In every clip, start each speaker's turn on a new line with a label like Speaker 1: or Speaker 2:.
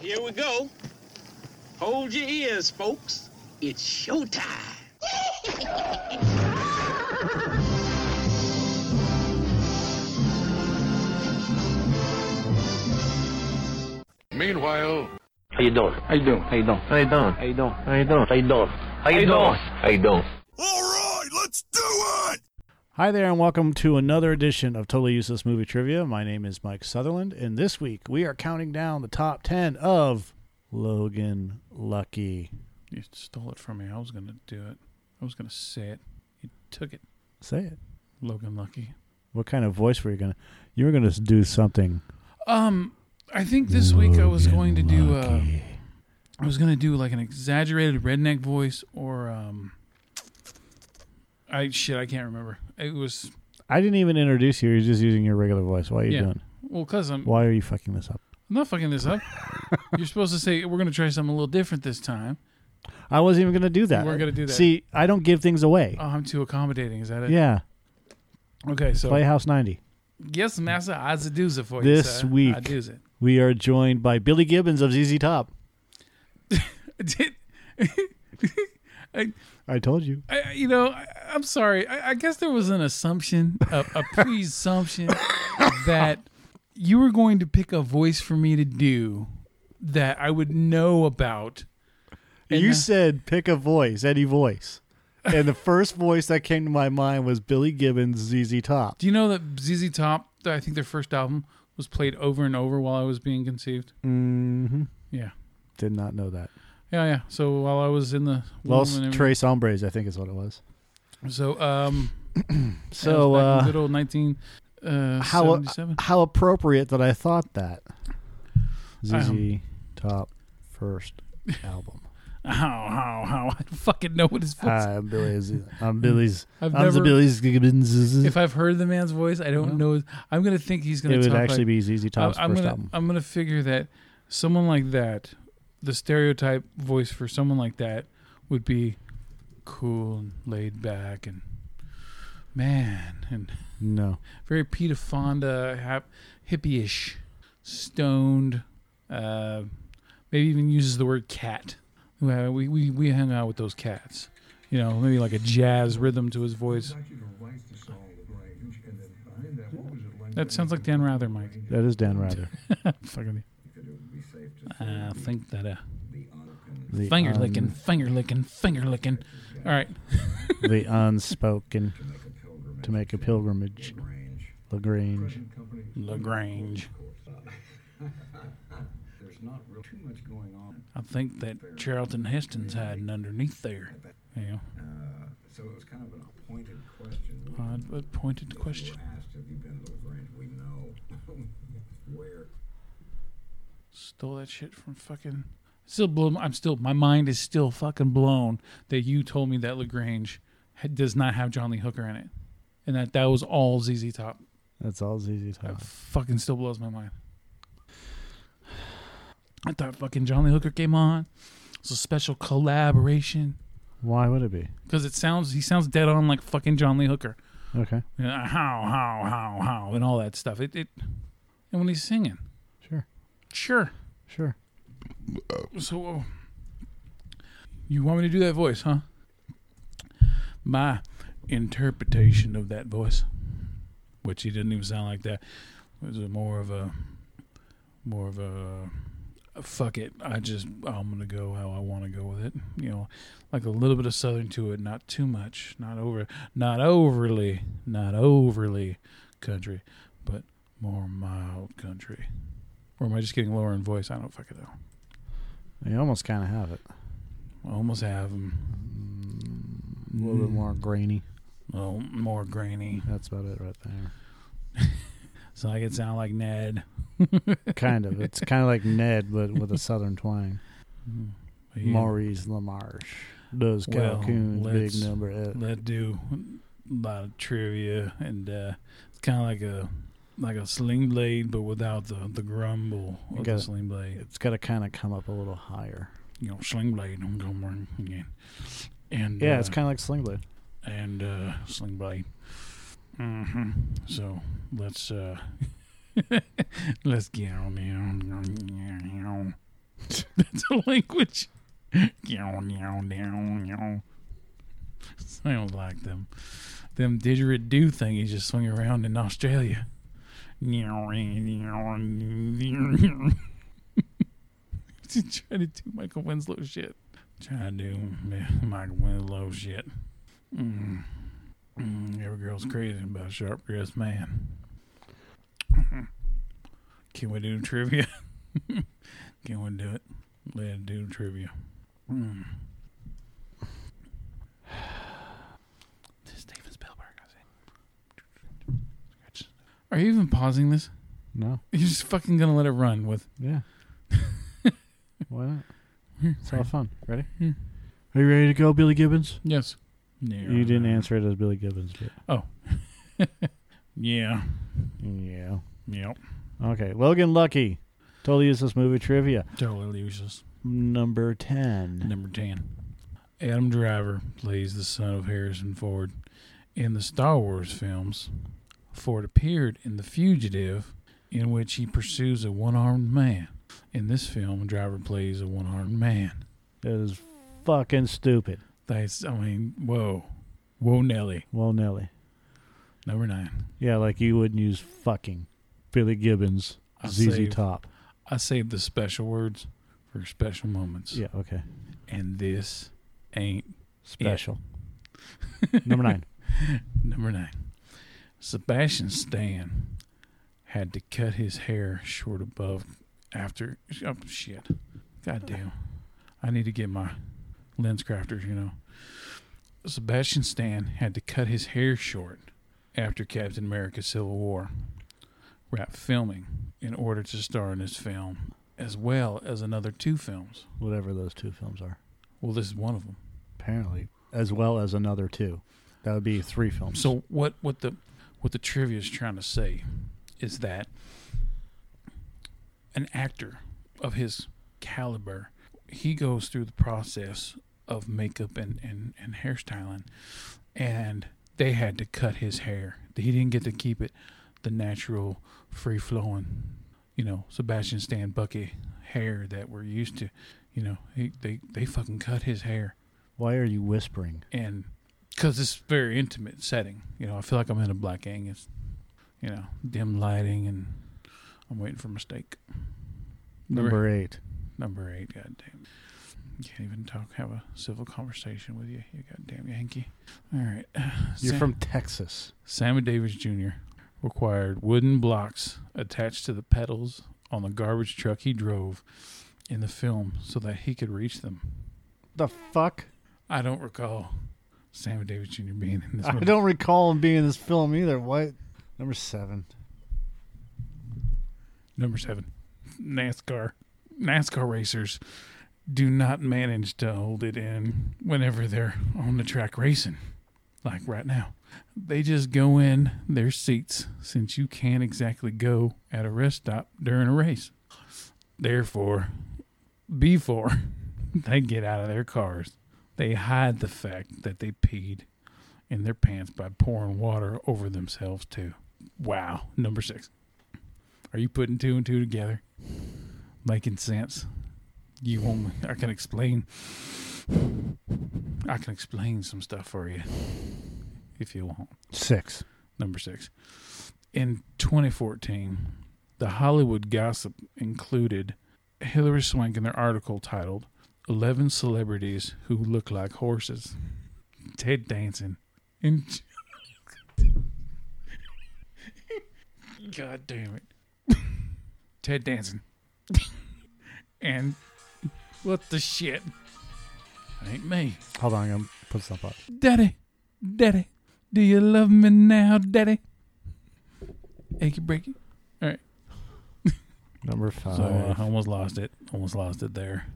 Speaker 1: Here we go. Hold your ears, folks. It's showtime.
Speaker 2: Meanwhile,
Speaker 3: How you doing? How you doing? How you doing? How you doing? How you doing? How you doing? How you doing? How you doing? How you doing?
Speaker 4: Hi there, and welcome to another edition of Totally Useless Movie Trivia. My name is Mike Sutherland, and this week we are counting down the top 10 of Logan Lucky.
Speaker 5: You stole it from me. I was going to do it. I was going to say it. You took it,
Speaker 4: Say it.
Speaker 5: Logan Lucky.
Speaker 4: What kind of voice were you going to? You were going to do something.
Speaker 5: Um, I think this week I was going to do. Uh,
Speaker 4: Lucky.
Speaker 5: I was going to do like an exaggerated redneck voice, or um, I shit, I can't remember. It was
Speaker 4: I didn't even introduce you. You're just using your regular voice. Why are you
Speaker 5: Yeah.
Speaker 4: doing?
Speaker 5: well, cause I'm,
Speaker 4: Why are you fucking this up?
Speaker 5: I'm not fucking this up. You're supposed to say we're going to try something a little different this time.
Speaker 4: I wasn't even going to do that.
Speaker 5: weren't gonna do that.
Speaker 4: See, I don't give things away.
Speaker 5: Oh, I'm too accommodating. Is that it?
Speaker 4: yeah.
Speaker 5: Okay, so
Speaker 4: Playhouse 90.
Speaker 5: yes, Master, I do it for you.
Speaker 4: This
Speaker 5: sir.
Speaker 4: week.
Speaker 5: I do it.
Speaker 4: We are joined by Billy Gibbons of ZZ Top.
Speaker 5: Did
Speaker 4: I told you.
Speaker 5: I, I- you know, I, I'm sorry. I, I guess there was an assumption, a, a presumption, that you were going to pick a voice for me to do that I would know about. And
Speaker 4: you
Speaker 5: the-
Speaker 4: said pick a voice, any voice. And the first voice that came to my mind was Billy Gibbons, ZZ Top.
Speaker 5: Do you know that ZZ Top, I think their first album, was played over and over while I was being conceived?
Speaker 4: Mm-hmm.
Speaker 5: Yeah.
Speaker 4: Did not know
Speaker 5: Mm,
Speaker 4: that.
Speaker 5: Yeah, yeah. So while I was in the womb
Speaker 4: Los
Speaker 5: and everything-
Speaker 4: Tres Hombres, I think is what it was.
Speaker 5: so um, that
Speaker 4: So
Speaker 5: was back in
Speaker 4: uh,
Speaker 5: good old 19. Uh,
Speaker 4: how
Speaker 5: 77.
Speaker 4: how appropriate that I thought that. ZZ
Speaker 5: Um.
Speaker 4: Top first album.
Speaker 5: How, how, how? I fucking know what his voice
Speaker 4: Hi, I'm Billy's. I'm Billy's.
Speaker 5: I've
Speaker 4: I'm the
Speaker 5: never-
Speaker 4: Billy's Gibbons.
Speaker 5: if I've heard the man's voice, I don't know. I'm gonna think he's gonna.
Speaker 4: it would
Speaker 5: talk
Speaker 4: actually
Speaker 5: like,
Speaker 4: be ZZ
Speaker 5: I-
Speaker 4: Top's
Speaker 5: I'm
Speaker 4: 1st
Speaker 5: gonna.
Speaker 4: album.
Speaker 5: I'm gonna figure that someone like that, the stereotype voice for someone like that would be cool and laid back and man and
Speaker 4: no,
Speaker 5: very Peter Fonda, hap, hippie-ish, stoned. Uh, maybe even uses the word cat. Well, We we we hang out with those cats. You know, maybe like a jazz rhythm to his voice. That sounds like Dan Rather, Mike.
Speaker 4: that is Dan Rather.
Speaker 5: Fucking. I think that uh,
Speaker 4: The
Speaker 5: finger
Speaker 4: un-
Speaker 5: licking, finger licking, finger licking. All right,
Speaker 4: the unspoken to make a pilgrimage. Lagrange.
Speaker 5: Lagrange. I think that Charlton Heston's hiding underneath there. Yeah,
Speaker 6: Uh, So it was kind of an appointed question.
Speaker 5: odd but pointed Uh, question.
Speaker 6: Asked, have you been to Lagrange? We know where.
Speaker 5: Stole that shit from fucking. Still blown. I'm still. My mind is still fucking blown that you told me that Lagrange ha- does not have John Lee Hooker in it, and that that was all ZZ Top.
Speaker 4: That's all ZZ
Speaker 5: That
Speaker 4: Top.
Speaker 5: fucking still blows my mind. I thought fucking Johnny Hooker came on. It's a special collaboration
Speaker 4: Why would it be?
Speaker 5: because it sounds he sounds dead on like fucking John Lee Hooker.
Speaker 4: Okay,
Speaker 5: You know, how how how how and all that stuff. It it and when he's singing,
Speaker 4: Sure.
Speaker 5: sure.
Speaker 4: sure.
Speaker 5: So uh, you want me to do that voice, huh? My interpretation of that voice, which he didn't even sound like that, was a more of a more of a, a fuck it. I just I'm gonna go how I want to go with it. You know, like a little bit of southern to it, not too much, not over, not overly, not overly country, but more mild country. Or am I just getting lower in voice? I don't fucking know.
Speaker 4: You almost kind of have it.
Speaker 5: I almost have them.
Speaker 4: A little bit more grainy.
Speaker 5: Oh, more grainy,
Speaker 4: That's about it right there.
Speaker 5: so I could sound like Ned.
Speaker 4: kind of. It's kind of like Ned, but with a southern twang. Maurice LaMarche does
Speaker 5: Well,
Speaker 4: Calcoon's big
Speaker 5: let's-
Speaker 4: number. eh, It.
Speaker 5: Let do a lot of trivia, and uh, it's kind of like a like a sling blade, but without the the grumble
Speaker 4: You
Speaker 5: of
Speaker 4: got
Speaker 5: the
Speaker 4: it.
Speaker 5: sling blade.
Speaker 4: It's got to kind of come up a little higher.
Speaker 5: You know, sling blade. I'm going wrong again. And
Speaker 4: Yeah,
Speaker 5: uh,
Speaker 4: it's kind of like Sling Blade.
Speaker 5: and uh, Sling Blade. hmm So let's uh, let's get on down. That's a language. Yow, yow, yow, yow. Sounds like them. Them didgeridoo thingies just swing around in Australia. Yow, yow, yow. Just trying to do Michael Winslow shit. Trying to do yeah, Michael Winslow shit. Mm. Mm, every girl's crazy about a sharp dressed man. Can we do trivia? Can we do it? Let's do trivia. Mm. This is Steven Spielberg. I say. Are you even pausing this?
Speaker 4: No.
Speaker 5: You're just fucking gonna let it run with.
Speaker 4: Yeah. Why not? It's all fun. Ready? Are you ready to go, Billy Gibbons?
Speaker 5: Yes. No.
Speaker 4: You didn't answer it as Billy Gibbons, but
Speaker 5: Yeah.
Speaker 4: yeah.
Speaker 5: Yep.
Speaker 4: Okay, Logan Lucky. Totally useless movie trivia.
Speaker 5: Totally useless.
Speaker 4: Number ten.
Speaker 5: Number 10. Adam Driver plays the son of Harrison Ford in the Star Wars films. Ford appeared in The Fugitive, in which he pursues a one armed man. In this film, Driver plays a one armed man.
Speaker 4: That is fucking stupid.
Speaker 5: That's, I mean, whoa. Whoa, Nelly.
Speaker 4: Well, Nelly.
Speaker 5: Number nine.
Speaker 4: Yeah, like you wouldn't use fucking Billy Gibbons,
Speaker 5: I'll
Speaker 4: ZZ
Speaker 5: save-
Speaker 4: Top.
Speaker 5: I saved the special words for special moments.
Speaker 4: Yeah, okay.
Speaker 5: And this ain't
Speaker 4: Special. Number nine.
Speaker 5: Number nine. Sebastian Stan had to cut his hair short above after. Oh, shit. Goddamn. I need to get my lens crafters, you know. Sebastian Stan had to cut his hair short after Captain America Civil War wrapped filming in order to star in this film, as well as another two films.
Speaker 4: Whatever those two films are.
Speaker 5: Well, this is one of them.
Speaker 4: Apparently. As well as another two. That would be three films.
Speaker 5: So what what the what the trivia is trying to say is that an actor of his caliber, he goes through the process of makeup and, and, and hairstyling and they had to cut his hair. He didn't get to keep it the natural, free flowing, you know, Sebastian Stan Bucky hair that we're used to. You know, he, they, they fucking cut his hair
Speaker 4: Why are you whispering?
Speaker 5: and because it's a very intimate setting, you know, I feel like I'm in a Black Angus, you know, dim lighting, and I'm waiting for a mistake.
Speaker 4: Number eight.
Speaker 5: Number eight, goddamn. Can't even talk, have a civil conversation with you, you goddamn Yankee. All right.
Speaker 4: You're
Speaker 5: Sam-
Speaker 4: from Texas.
Speaker 5: Sammy Davis Jr. required wooden blocks attached to the pedals on the garbage truck he drove in the film so that he could reach them.
Speaker 4: The fuck?
Speaker 5: I don't recall Sammy Davis Jr. being in this
Speaker 4: I
Speaker 5: movie.
Speaker 4: don't recall him being in this film either. What? Number seven.
Speaker 5: Number seven, NASCAR. NASCAR racers do not manage to hold it in whenever they're on the track racing, like right now. They just go in their seats since you can't exactly go at a rest stop during a race. Therefore, before they get out of their cars, they hide the fact that they peed in their pants by pouring water over themselves, too. Wow. Number six. Are you putting two and two together? Making sense? You want me? I can explain. I can explain some stuff for you if you want.
Speaker 4: Six.
Speaker 5: Number six. In 2014, the Hollywood gossip included Hillary Swank in their article titled 11 Celebrities Who Look Like Horses, Ted Danson, and. God damn it. Ted Danson. and. What the shit? That ain't me.
Speaker 4: Hold on, I'm going to put something up.
Speaker 5: Daddy, Daddy, do you love me now, Daddy? Achy breaky.
Speaker 4: Number five.
Speaker 5: So uh, I almost lost it. Almost lost it there.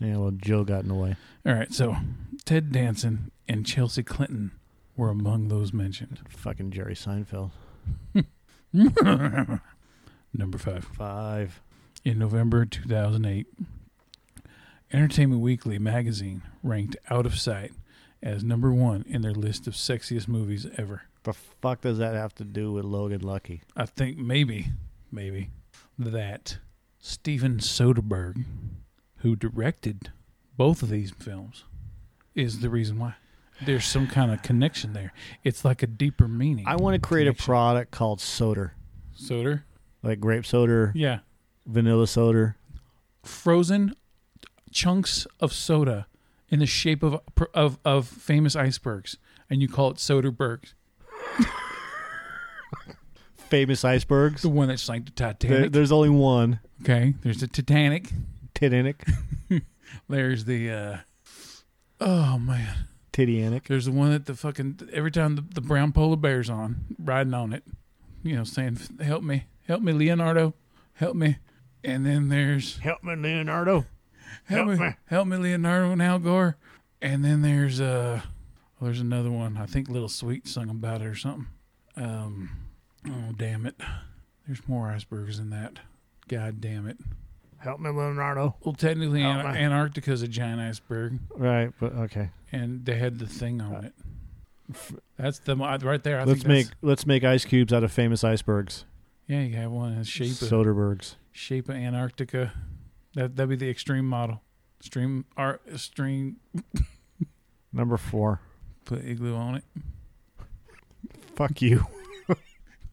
Speaker 4: yeah, well, Joe got in the way.
Speaker 5: All right, so Ted Danson and Chelsea Clinton were among those mentioned.
Speaker 4: Fucking Jerry Seinfeld.
Speaker 5: Number five.
Speaker 4: Five.
Speaker 5: In November 2008, Entertainment Weekly magazine ranked Out of Sight as number one in their list of sexiest movies ever.
Speaker 4: The fuck does that have to do with Logan Lucky?
Speaker 5: I think maybe, maybe that Steven Soderbergh who directed both of these films, is the reason why. There's some kind of connection there. It's like a deeper meaning.
Speaker 4: I want to create a
Speaker 5: Connection.
Speaker 4: product called Soder,
Speaker 5: Soder.
Speaker 4: like grape soda,
Speaker 5: Yeah.
Speaker 4: vanilla soda.
Speaker 5: Frozen chunks of soda in the shape of of, of famous icebergs, and you call it Soderbergs.
Speaker 4: Famous icebergs.
Speaker 5: The one that's like the Titanic.
Speaker 4: There- there's only one,
Speaker 5: okay. There's the Titanic.
Speaker 4: Titanic,
Speaker 5: There's the. uh Oh man.
Speaker 4: Titanic.
Speaker 5: There's the one that the fucking every time the, the brown polar bear's on riding on it, you know, saying "Help me, help me, Leonardo, help me." And then there's
Speaker 4: Help me, Leonardo.
Speaker 5: help, me, help me, Leonardo and Al Gore. And then there's uh, well, there's another one. I think Little Sweet sung about it or something. Um, oh damn it. There's more icebergs in that. God damn it.
Speaker 4: Help me, Leonardo.
Speaker 5: Well, technically,
Speaker 4: Help
Speaker 5: An-
Speaker 4: me.
Speaker 5: Antarctica's a giant iceberg,
Speaker 4: Right, but okay.
Speaker 5: and they had the thing on it. That's the mo- right there. I
Speaker 4: let's
Speaker 5: think that's-
Speaker 4: make let's make ice cubes out of famous icebergs.
Speaker 5: Yeah, you have one in the shape of
Speaker 4: Soderbergs.
Speaker 5: shape of Antarctica. That that'd be the extreme model. Stream art stream
Speaker 4: Number four.
Speaker 5: put igloo on it.
Speaker 4: Fuck you.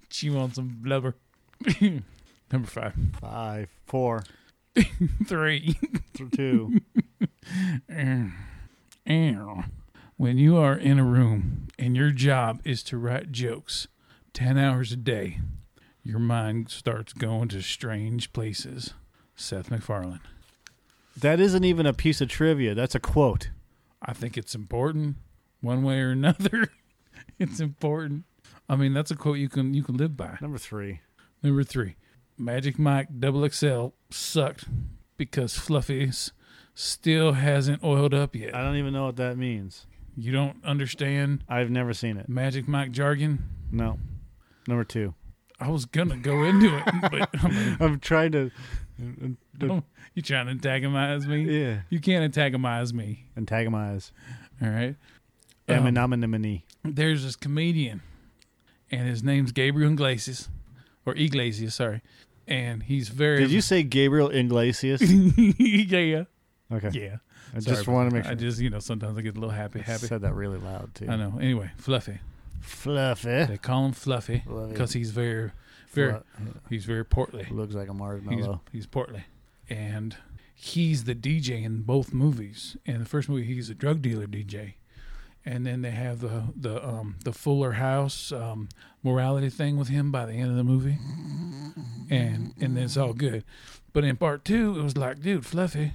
Speaker 5: She wants some blubber. Number five.
Speaker 4: Five, four,
Speaker 5: Three.
Speaker 4: th- two.
Speaker 5: Ow. when you are in a room and your job is to write jokes ten hours a day, your mind starts going to strange places. Seth MacFarlane.
Speaker 4: that isn't even a piece of trivia. That's a quote.
Speaker 5: I think it's important one way or another. it's important. I mean, that's a quote you can you can live by.
Speaker 4: Number three.
Speaker 5: Number three, Magic Mike Double XL sucked because Fluffy's still hasn't oiled up
Speaker 4: I
Speaker 5: yet.
Speaker 4: don't even know what that means.
Speaker 5: You don't understand
Speaker 4: I've never seen it.
Speaker 5: Magic Mike jargon.
Speaker 4: No. Number two.
Speaker 5: I was gonna go into it, but I mean,
Speaker 4: I'm trying to.
Speaker 5: don't- you trying to antagonize me?
Speaker 4: Yeah.
Speaker 5: You can't antagonize me.
Speaker 4: Antagonize.
Speaker 5: All right. Um,
Speaker 4: Eminem.
Speaker 5: there's this comedian, and his name's Gabriel Iglesias, or Iglesias, sorry, and he's very.
Speaker 4: Did you say Gabriel Iglesias?
Speaker 5: yeah,
Speaker 4: Okay.
Speaker 5: yeah.
Speaker 4: I
Speaker 5: Sorry
Speaker 4: just
Speaker 5: about
Speaker 4: want to
Speaker 5: that.
Speaker 4: make sure.
Speaker 5: I just, you know, sometimes I get a little happy,
Speaker 4: I
Speaker 5: happy.
Speaker 4: said that really loud too. eh?
Speaker 5: I know. Anyway, Fluffy.
Speaker 4: Fluffy.
Speaker 5: They call him Fluffy
Speaker 4: Fluffy.
Speaker 5: because he's very, very, he's very portly.
Speaker 4: Looks like a
Speaker 5: He's,
Speaker 4: marshmallow.
Speaker 5: he's portly, and he's the DJ in both movies. In the first movie, he's a drug dealer DJ, and then they have the the um, the Fuller House um, morality thing with him by the end of the movie, and and it's all good. But in part two, it was like, dude, Fluffy,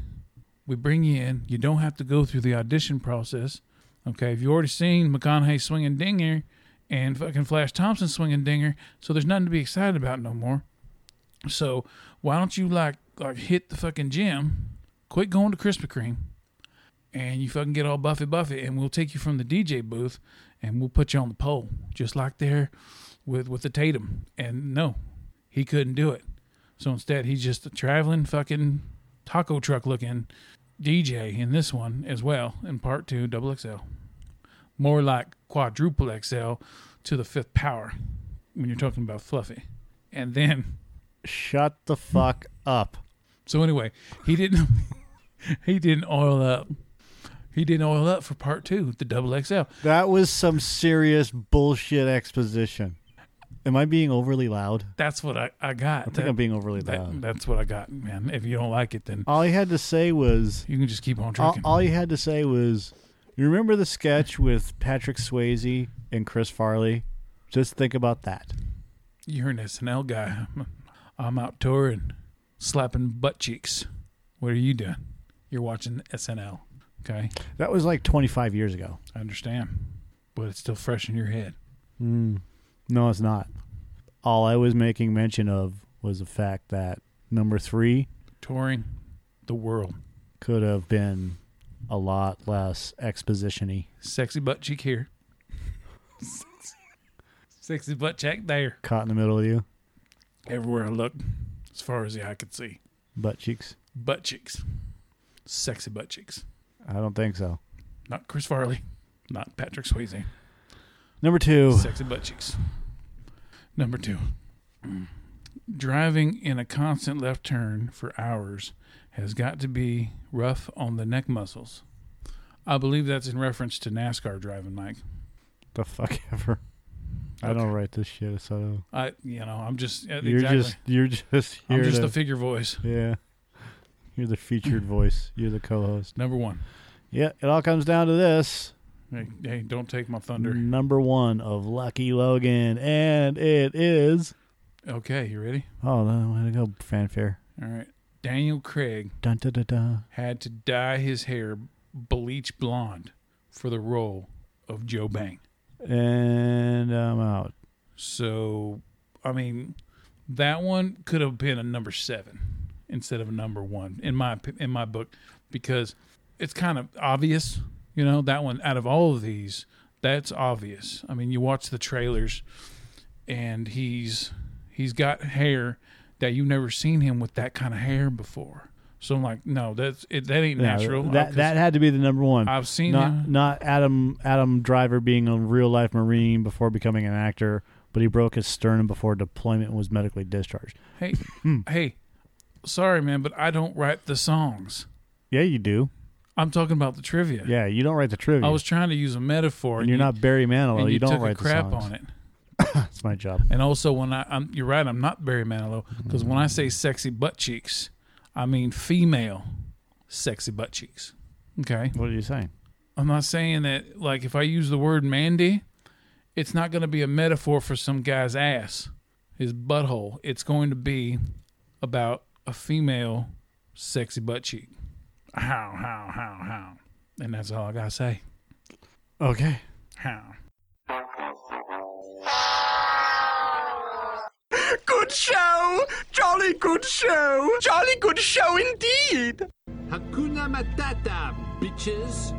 Speaker 5: we bring you in. You don't have to go through the audition process. Okay, if you already seen McConaughey swinging dinger and fucking Flash Thompson swinging dinger, so there's nothing to be excited about no more. So why don't you like like hit the fucking gym, quit going to Krispy Kreme, and you fucking get all Buffy Buffy, and we'll take you from the DJ booth, and we'll put you on the pole, just like there with with the Tatum. And no, he couldn't do it. So instead, he's just a traveling fucking taco truck looking DJ in this one as well in part two double XL, more like quadruple XL to the fifth power when you're talking about Fluffy, and then.
Speaker 4: Shut the fuck up.
Speaker 5: So anyway, he didn't he didn't oil up. He didn't oil up for part two, the double XL.
Speaker 4: That was some serious bullshit exposition. Am I being overly loud?
Speaker 5: That's what I, I got.
Speaker 4: I think I'm being overly
Speaker 5: that,
Speaker 4: loud.
Speaker 5: that's what I got, man. If you don't like it, then
Speaker 4: All he had to say was
Speaker 5: you can just keep on
Speaker 4: all,
Speaker 5: trucking.
Speaker 4: all he had to say was you remember the sketch with Patrick Swayze and Chris Farley? Just think about that.
Speaker 5: You're an SNL guy. I'm, I'm out touring, slapping butt cheeks. What are you doing? You're watching SNL. Okay,
Speaker 4: That was like 25 years ago.
Speaker 5: I understand, but it's still fresh in your head.
Speaker 4: No, it's not. All I was making mention of was the fact that number 3
Speaker 5: Touring the world,
Speaker 4: could have been a lot less expositiony.
Speaker 5: sexy butt cheek here, sexy butt cheek there.
Speaker 4: Caught in the middle of you,
Speaker 5: everywhere I looked, as far as the eye could see.
Speaker 4: butt cheeks.
Speaker 5: Butt cheeks. Sexy butt cheeks.
Speaker 4: I don't think so.
Speaker 5: Not Chris Farley. Not Patrick Swayze.
Speaker 4: Number two,
Speaker 5: Sexy butt cheeks. Number two. Driving in a constant left turn for hours has got to be rough on the neck muscles. I believe that's in reference to NASCAR driving, Mike.
Speaker 4: The fuck ever. I don't write this shit, so
Speaker 5: I, you know, I'm just uh,
Speaker 4: you're
Speaker 5: exactly.
Speaker 4: just you're just here.
Speaker 5: I'm just
Speaker 4: to-
Speaker 5: the figure voice.
Speaker 4: yeah. You're the featured voice. You're the co-host.
Speaker 5: Number one.
Speaker 4: Yeah, it all comes down to this.
Speaker 5: Hey, hey don't take my thunder.
Speaker 4: Number one of Lucky Logan, and it is.
Speaker 5: Okay, you ready?
Speaker 4: Oh no, I'm gonna go fanfare.
Speaker 5: All right. Daniel Craig
Speaker 4: Dun da da da.
Speaker 5: had to dye his hair bleach blonde for the role of Joe Bang.
Speaker 4: And I'm out.
Speaker 5: So, I mean, that one could have been a number seven instead of a number one in my opi- in my book because it's kind of obvious. You know, that one out of all of these, that's obvious. I mean, you watch the trailers, and he's he's got hair that you've never seen him with that kind of hair before. So I'm like, no, that's it, that ain't
Speaker 4: Yeah,
Speaker 5: natural.
Speaker 4: That that had to be the number one.
Speaker 5: I've seen
Speaker 4: not
Speaker 5: him.
Speaker 4: not Adam Adam Driver being a real life Marine before becoming an actor, but he broke his sternum before deployment and was medically discharged.
Speaker 5: Hey,
Speaker 4: Hmm.
Speaker 5: hey, sorry, man, but I don't write the songs.
Speaker 4: Yeah, you do.
Speaker 5: I'm talking about the trivia.
Speaker 4: Yeah, you don't write the trivia.
Speaker 5: I was trying to use a metaphor,
Speaker 4: and you're
Speaker 5: you-
Speaker 4: not Barry Manilow.
Speaker 5: and
Speaker 4: you, don't
Speaker 5: took
Speaker 4: write
Speaker 5: a crap
Speaker 4: the songs.
Speaker 5: on it.
Speaker 4: That's my job.
Speaker 5: And also, when I, I'm, you're right, I'm not Barry Manilow because when I
Speaker 4: Mm.
Speaker 5: say sexy butt cheeks, I mean female sexy butt cheeks. Okay,
Speaker 4: What are you saying?
Speaker 5: I'm not saying that like if I use the word Mandy, it's not going to be a metaphor for some guy's ass, his butthole. It's going to be about a female sexy butt cheek. How, how, how, how, and that's all I gotta say.
Speaker 4: Okay.
Speaker 5: How.
Speaker 2: Good show! Jolly good show! Jolly good show indeed!
Speaker 7: Hakuna Matata, bitches.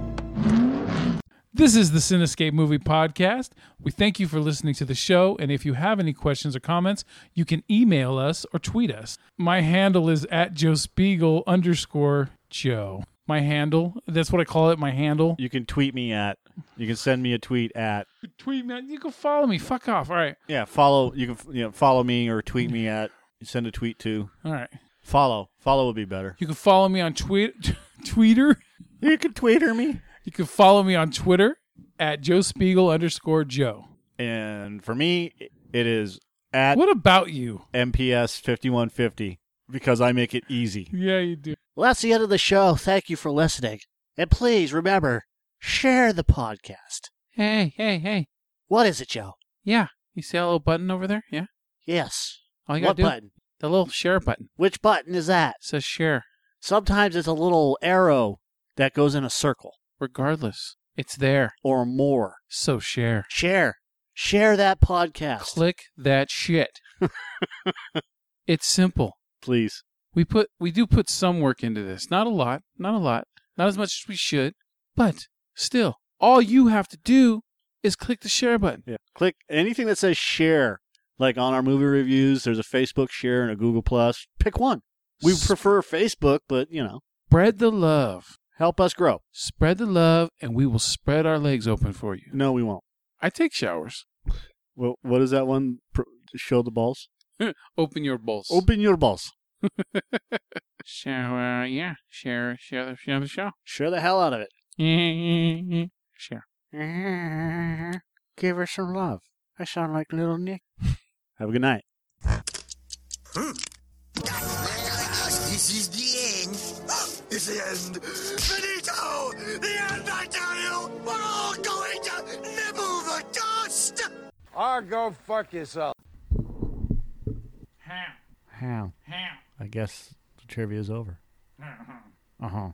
Speaker 5: This is the Cinescape Movie Podcast. We thank you for listening to the show. And if you have any questions or comments, you can email us or tweet us. My handle is at Joe Spiegel underscore Joe. My handle, that's what I call it, my handle.
Speaker 4: You can tweet me at. You can send me a tweet at.
Speaker 5: Tweet me, you can follow me. Fuck off. All right.
Speaker 4: Yeah, follow. You can you know, follow me or tweet me at. Send a tweet to.
Speaker 5: All right.
Speaker 4: Follow. Follow would be better.
Speaker 5: You can follow me on tweet, Twitter.
Speaker 4: You can tweeter me.
Speaker 5: You can follow me on Twitter at Joe Spiegel underscore Joe.
Speaker 4: And for me, it is at
Speaker 5: What about you?
Speaker 4: MPS 5150 because I make it easy.
Speaker 5: Yeah, you do.
Speaker 8: Well, that's the end of the show. Thank you for listening. And please remember, share the podcast.
Speaker 5: Hey, hey, hey.
Speaker 8: What is it, Joe?
Speaker 5: Yeah. You see that little button over there? Yeah.
Speaker 8: Yes.
Speaker 5: All you
Speaker 8: what
Speaker 5: gotta do
Speaker 8: button?
Speaker 5: the little share button.
Speaker 8: Which button is that?
Speaker 5: It says share.
Speaker 8: Sometimes it's a little arrow that goes in a circle
Speaker 5: Regardless, it's there.
Speaker 8: or more.
Speaker 5: So share.
Speaker 8: Share. Share that podcast.
Speaker 5: Click that shit. it's simple.
Speaker 4: Please.
Speaker 5: We put we do put some work into this. Not a lot, not a lot, not as much as we should, but still, all you have to do is click the share button.
Speaker 4: Yeah. Click anything that says share. Like on our movie reviews, there's a Facebook share and a Google Plus. Pick one. We
Speaker 5: S-
Speaker 4: prefer Facebook, but you know,
Speaker 5: Spread the love.
Speaker 4: help us grow.
Speaker 5: Spread the love and we will spread our legs open for you.
Speaker 4: No, we won't.
Speaker 5: I take showers.
Speaker 4: Well, what is that one? Pr- Show the balls.
Speaker 5: Open your balls.
Speaker 4: Open your balls.
Speaker 5: Share, uh, yeah. Share, share the, share the show.
Speaker 8: Share the hell out of it.
Speaker 5: 嗯 share.
Speaker 8: Give her some love. I sound like little Nick.
Speaker 4: Have a good night.
Speaker 2: This is the end. It's the end. Finito! The end, I tell you! We're all going to nibble the dust!
Speaker 7: Or go fuck yourself.
Speaker 4: How? I guess the trivia is over. Uh huh.